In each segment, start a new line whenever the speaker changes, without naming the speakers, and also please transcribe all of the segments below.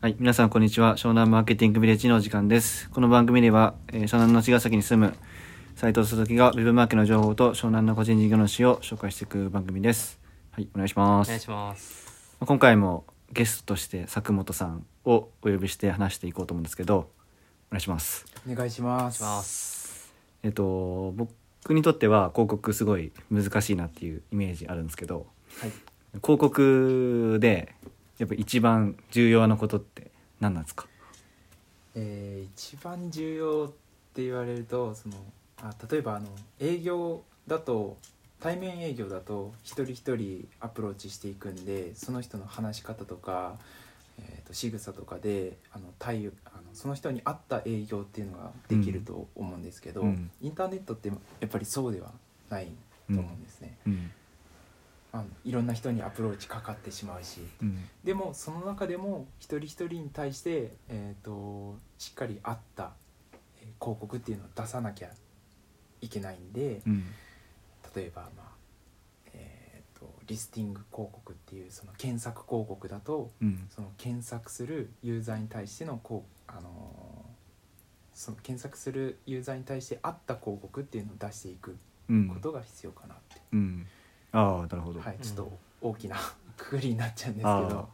はい、皆さんこんにちは。湘南マーケティングビレッジのお時間です。この番組では、えー湘南の茅ヶ崎に住む斉藤鈴木がウェブマーケの情報と湘南の個人事業主を紹介していく番組です。はい、お願いしま
お
す。
願いします。
今回もゲストとして佐久本さんをお呼びして話していこうと思うんですけど、お願いします。
お願いしま
お願い
す
します。
えっと、僕にとっては広告すごい難しいなっていうイメージあるんですけど、
はい、
広告でやっぱ一番重要なことって何なんですか
えー一番重要って言われるとそのあ例えばあの営業だと対面営業だと一人一人アプローチしていくんでその人の話し方とか、えー、と仕草とかであの対応あのその人に合った営業っていうのができると思うんですけど、
うん
インターネットってやっぱりそうではないと思うんですね。
うん。
あのいろんな人にアプローチかかってしまうし
うん。
でもその中でも一人一人に対して、えー、としっかり合ったえー広告っていうのを出さなきゃいけないんで
うん。
例えば、まあえー、とリスティング広告っていうその検索広告だと
うん。
その検索するユーザーに対してのこう、あのーその検索するユーザーに対して合った広告っていうのを出していく
うん
ことが必要かなって、
うん、ああなるほど、
はい、
ん
ちょっと大きなくくりになっちゃうんですけ
あ
ど
あ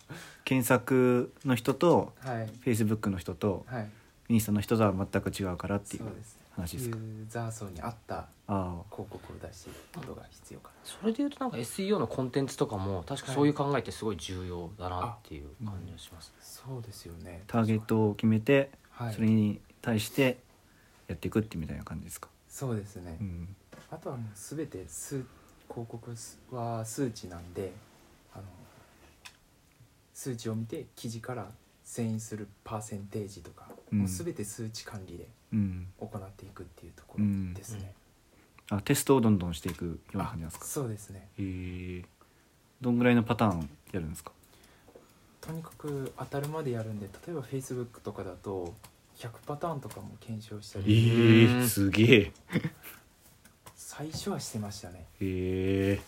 検索の人と
はい。
Facebook の人と
はい
インスタの人とは全く違うからってい
そううです
話
ユ
ですか
ーザー層に合った
ああ
広告を出していくことが必要か
それでいうとなんか SEO のコンテンツとかも確かそういう考えってすごい重要だなっていう感じがします。
なそうですよね
ターゲットを決めて
はい
それに対してやっていくってみたいな感じですか、
そうですね、
うん
あとはもう全て数広告は数値なんであの数値を見て記事から遷移するパーセンテージとか、
うん
もう全て数値管理で
うん、
行っていくっていうところですね、
あテストをどんどんしていくような
あ
感じなんですか
そうですね
へえどんぐらいのパターンやるんですか
とにかく当たるまでやるんで例えば Facebook とかだと100パターンとかも検証したり
えうん
すげえ
最初はしてましたね
へえ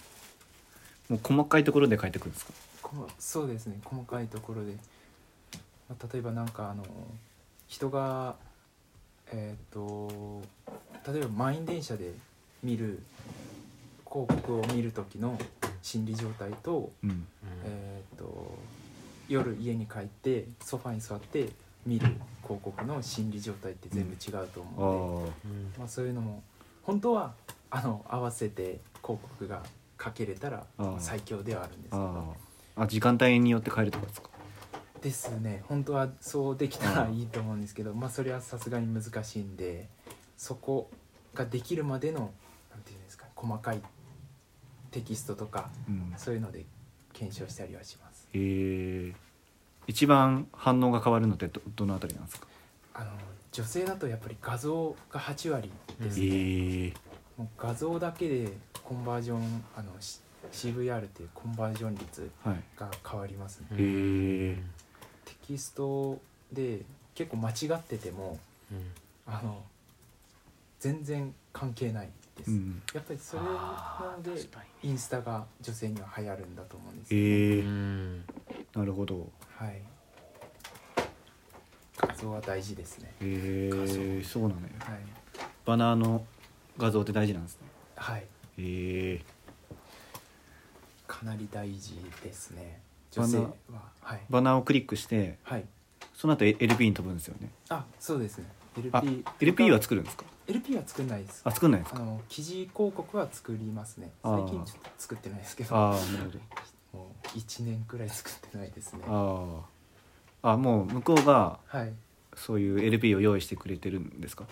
もう細かいところで変えてくるんですか
このそうですね細かいところで、まあ、例えばなんかあの人がえーっと例えば満員電車で見る広告を見る時の心理状態と,、
うん
えーっと夜家に帰ってソファに座って見る広告の心理状態って全部違うと
あ
思うので、
あ
うん
まあ、そういうのも本当はあの合わせて広告がかけれたら
あー
最強ではあるんですけど
あ。ああ時間帯によって変えるとかですか
ですね本当はそうできたら
うん
いいと思うんですけど、まあそれはさすがに難しいんでそこができるまでのなんていうんですか細かいテキストとか
うん
そういうので検証したりはします
えー、一番反応が変わるのってどどのあたりなんですか
あの女性だとやっぱり画像が8割で
え
すね、
ー、
もう画像だけでコンバージョンあのし CVR っていうコンバージョン率
はい
が変わりますね
へー
テキストで結構間違ってても
うん
あの全然関係ないです、
うん
やっぱりそれなの
あー
で
確か
インスタが女性には流行るんだと思うんです
え
よ、
にう
ー、
ん
なるほど
はい画像は大事ですね
えー、そうなのよ
はい、
バナーの画像って大事なんですね
はい、
えー、
かなり大事ですね
バ
女
ナ
性ははい、
バナーをクリックして
はい、
その後 LP に飛ぶんですよね
あそうですね LP
あ LP は作るんですか
LP は作んないです
あ作んないんです
あ
か
の記事広告は作りますね
あ
最
ー
近ちょっと作ってないですけど
ああなるほど
もう1年くらい作ってないですねは
あーあもう向こうが
い
そういう LP を用意してくれてるんですか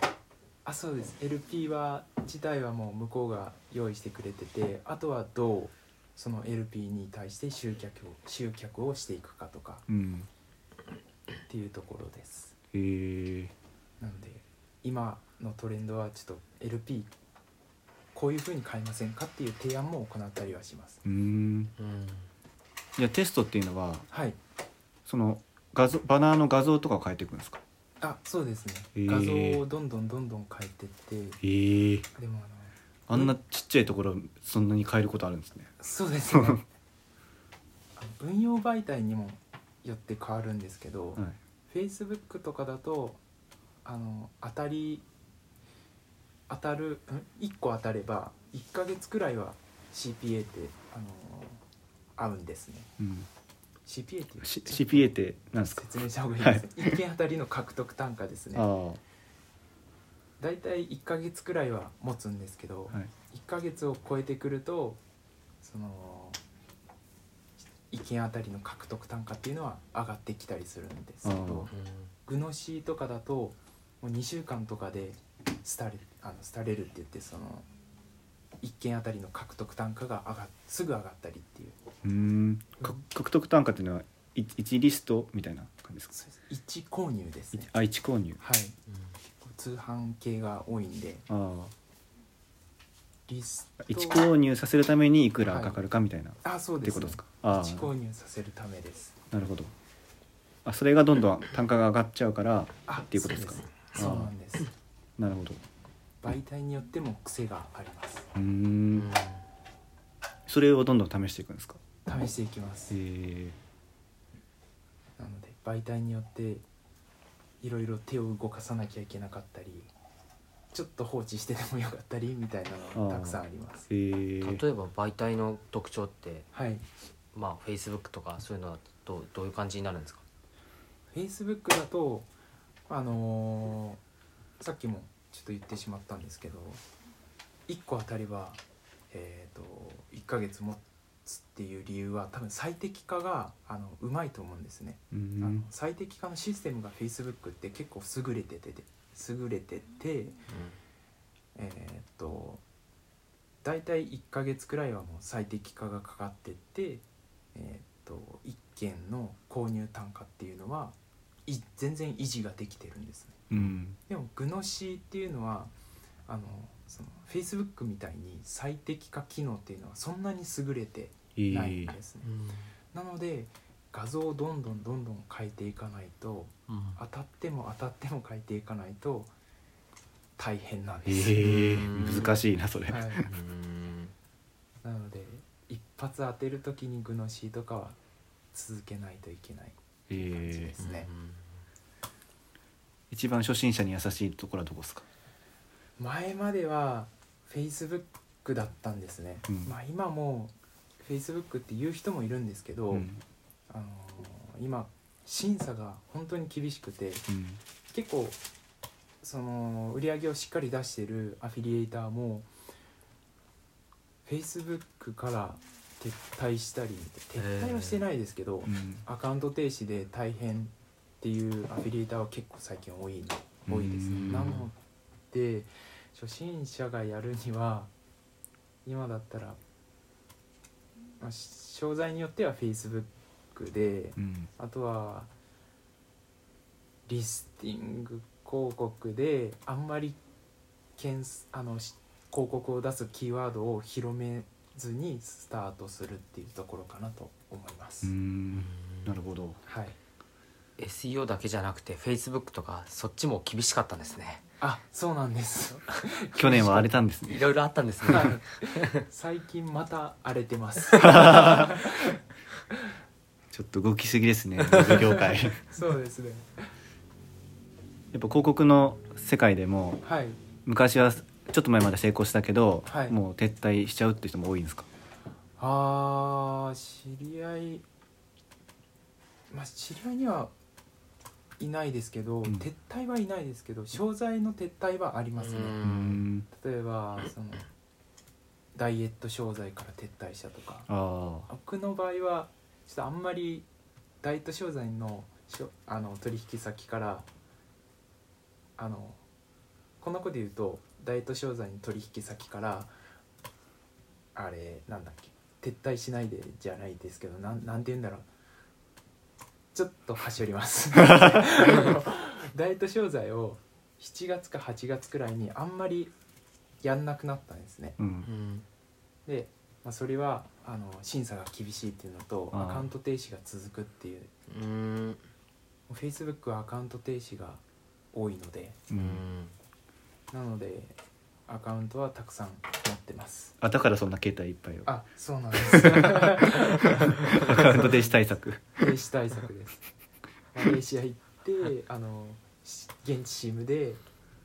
あそうです LP は自体はもう向こうが用意してくれててあとはどうその LP に対して集客を集客をしていくかとか
うん
っていうところです
へえー、
なので今のトレンドはちょっと LP こういうふうに買いませんかっていう提案も行ったりはします
うーん
うん
じゃあテストっていうのは
はい
その画像バナーの画像とかを変えていくんですか
あそうですね
へー
画像をどんどんどんどん変えてって
ええ
でもあの
あんなちっちゃいところそ んなに変えることあるんですね
そうですねあの運用媒体にもよって変わるんですけど、
はい
Facebook とかだとあの当たり当たるん1個当たれば1ヶ月くらいは CPA ってあの合うんですね
うん、
CPA っていう
C- CPA って何ですか
説明した方がいいです、一1件当たりの獲得単価ですね
ああは
だいたい1ヶ月くらいは持つんですけど、
い
1ヶ月を超えてくるとその1件当たりの獲得単価っていうのは上がってきたりするんですけど
あ
グノシーとかだともう2週間とかで廃れあの廃れるって言ってその1件当たりの獲得単価が上がすぐ上がったりっていう
うーんか獲得単価っていうのは1リストみたいな感じですか
一購入ですね
あ一購入
はい通販系が多いんで
あ
リス
あ
ト
一購入させるためにいくらかかるかみたいな、
あそう
っ
で
て
す,、
こ
ね、
とですかあ
一
あ
購入させるためです
なるほどあそれがどんどん単価が上がっちゃうから
あって
いうことですか
そうなんです
なるほど
媒体によっても癖があります
うーんそれをどんどん試していくんですか
試していきます
え
なので媒体によっていろいろ手を動かさなきゃいけなかったりちょっと放置してでもよかったりみたいなのがたくさんあります
ええ
うん
ー
例えば媒体の特徴って
はい
まあ Facebook とかそういうのだとどういう感じになるんですか
Facebook だとあのーさっきもちょっと言ってしまったんですけど1個当たればえっ、と1ヶ月持つっていう理由は多分最適化があのうまいと思うんですね
う
あの
ん
最適化のシステムが Facebook って結構優れてて優れててえーっと大体1ヶ月くらいはもう最適化がかかってってえーっと1件の購入単価っていうのはい全然維持ができてるんですね
うん
でもグノシーっていうのはあのその Facebook みたいに最適化機能っていうのはそんなに優れて
ええ
ないんですね、
うん
なので画像をどんどんどんどん変えていかないと当たっても当たっても変えていかないと大変なんです、
ええ難しいなそれ、
はい
うん
なので一発当てる時に具のシーとかは続けないといけない感じ
え
で
え
すね、
一番初心者に優しいところはどこですか
前までは Facebook だったんですね、
うん
まあ今も Facebook って言う人もいるんですけど、
うん
あのー今審査が本当に厳しくて
うん
結構その売り上げをしっかり出してるアフィリエイターも Facebook から撤退したり撤退はしてないですけど、
うん
アカウント停止で大変っていうアフィリエイターは結構最近多いの多いです
うん
ねなので初心者がやるには今だったら、まあ、商材によっては Facebook で
うん
あとはリスティング広告であんまりけんあのし広告を出すキーワードを広めずにスタートするっていうところかなと思いま
う
す。
んなるほど
はい、
SEO だけじゃなくて Facebook とかそっちも厳しかったんですね
あそうなんです
去年は荒れたんです
い
ね
ろいろあったんですね
はい最近また荒れてま す
ちょっと動きすぎですねウェブ業界やっ
そうですね
ぱ広告の世界でも
はい
昔はちょっと前まで成功したけど、
はい
もう撤退しちゃうって人も多いんですか
あー知り合いまあ知り合いにはいないですけど、
ん
撤退はいないですけど商材の撤退はあります
う
ね、例えばそのダイエット商材から撤退したとか
ああ
僕の場合はちょっとあんまりダイエット商材のしょあの取引先からあのこんなこと言うとダイエット商材の取引先からあれなんだっけ撤退しないでじゃないですけどなんなんて言うんだろうちょっと端折ります ダイエット商材を7月か8月くらいにあんまりやんなくなったんですね
うん
で、まあ、それはあの審査が厳しいっていうのと
あー
アカウント停止が続くっていう
うん
もう Facebook はアカウント停止が多いので
うん
なのでアカウントはたくさん持ってます
あだからそんな携帯いっぱいを
あそうなんです 停
アカウント停止対策
止対策ですマレーシア行ってあのし現地チームで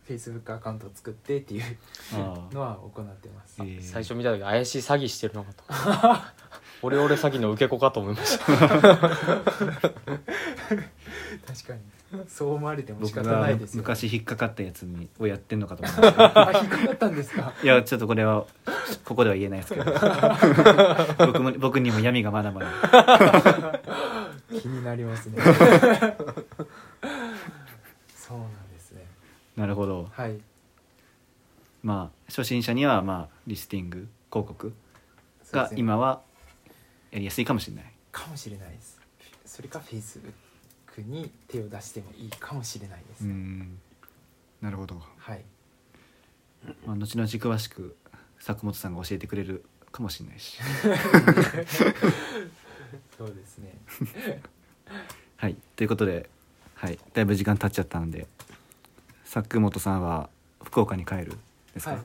Facebook アカウントを作ってっていう
あ
のは行ってます
ー、えー
最初見た時怪しい詐欺してるの かとオレオレ詐欺の受け子かと思いました
確かにそう思われても仕
僕
方な
が
いですよね、
昔引っかかったやつにをやってんのかと思いま した
あ引っかかったんですか
いやちょっとこれはここでは言えないですけ ど僕も僕にも闇がまだまだ
気になります ねそうなんですね
なるほど
はい
まあ初心者にはまあリスティング広告
そうで
が
すね
今はやりやすいかもしれない
かもしれないですそれかフェイスブックに手を出してもいいかもしれないです、
んなるほど、
はい
まあ、後々詳しく佐久本さんが教えてくれるかもしれないし
そうですね
はいということで、はい、だいぶ時間経っちゃったので佐久本さんは福岡に帰るですか、
はい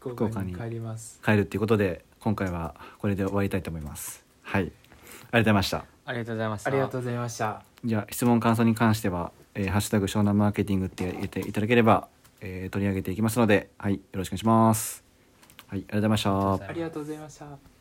福岡に
福岡
帰
に
ります
帰るっていうことで今回はこれで終わりたいと思いますはいありがとうございました
ありがとうございまし
ありがとうございました
じゃあ質問感想に関しては「えーハッシュタグ湘南マーケティング」って入れていただければ、えー取り上げていきますので、はい、よろしくお願いします。はい、ありがとうございました
あ
ありがとうございました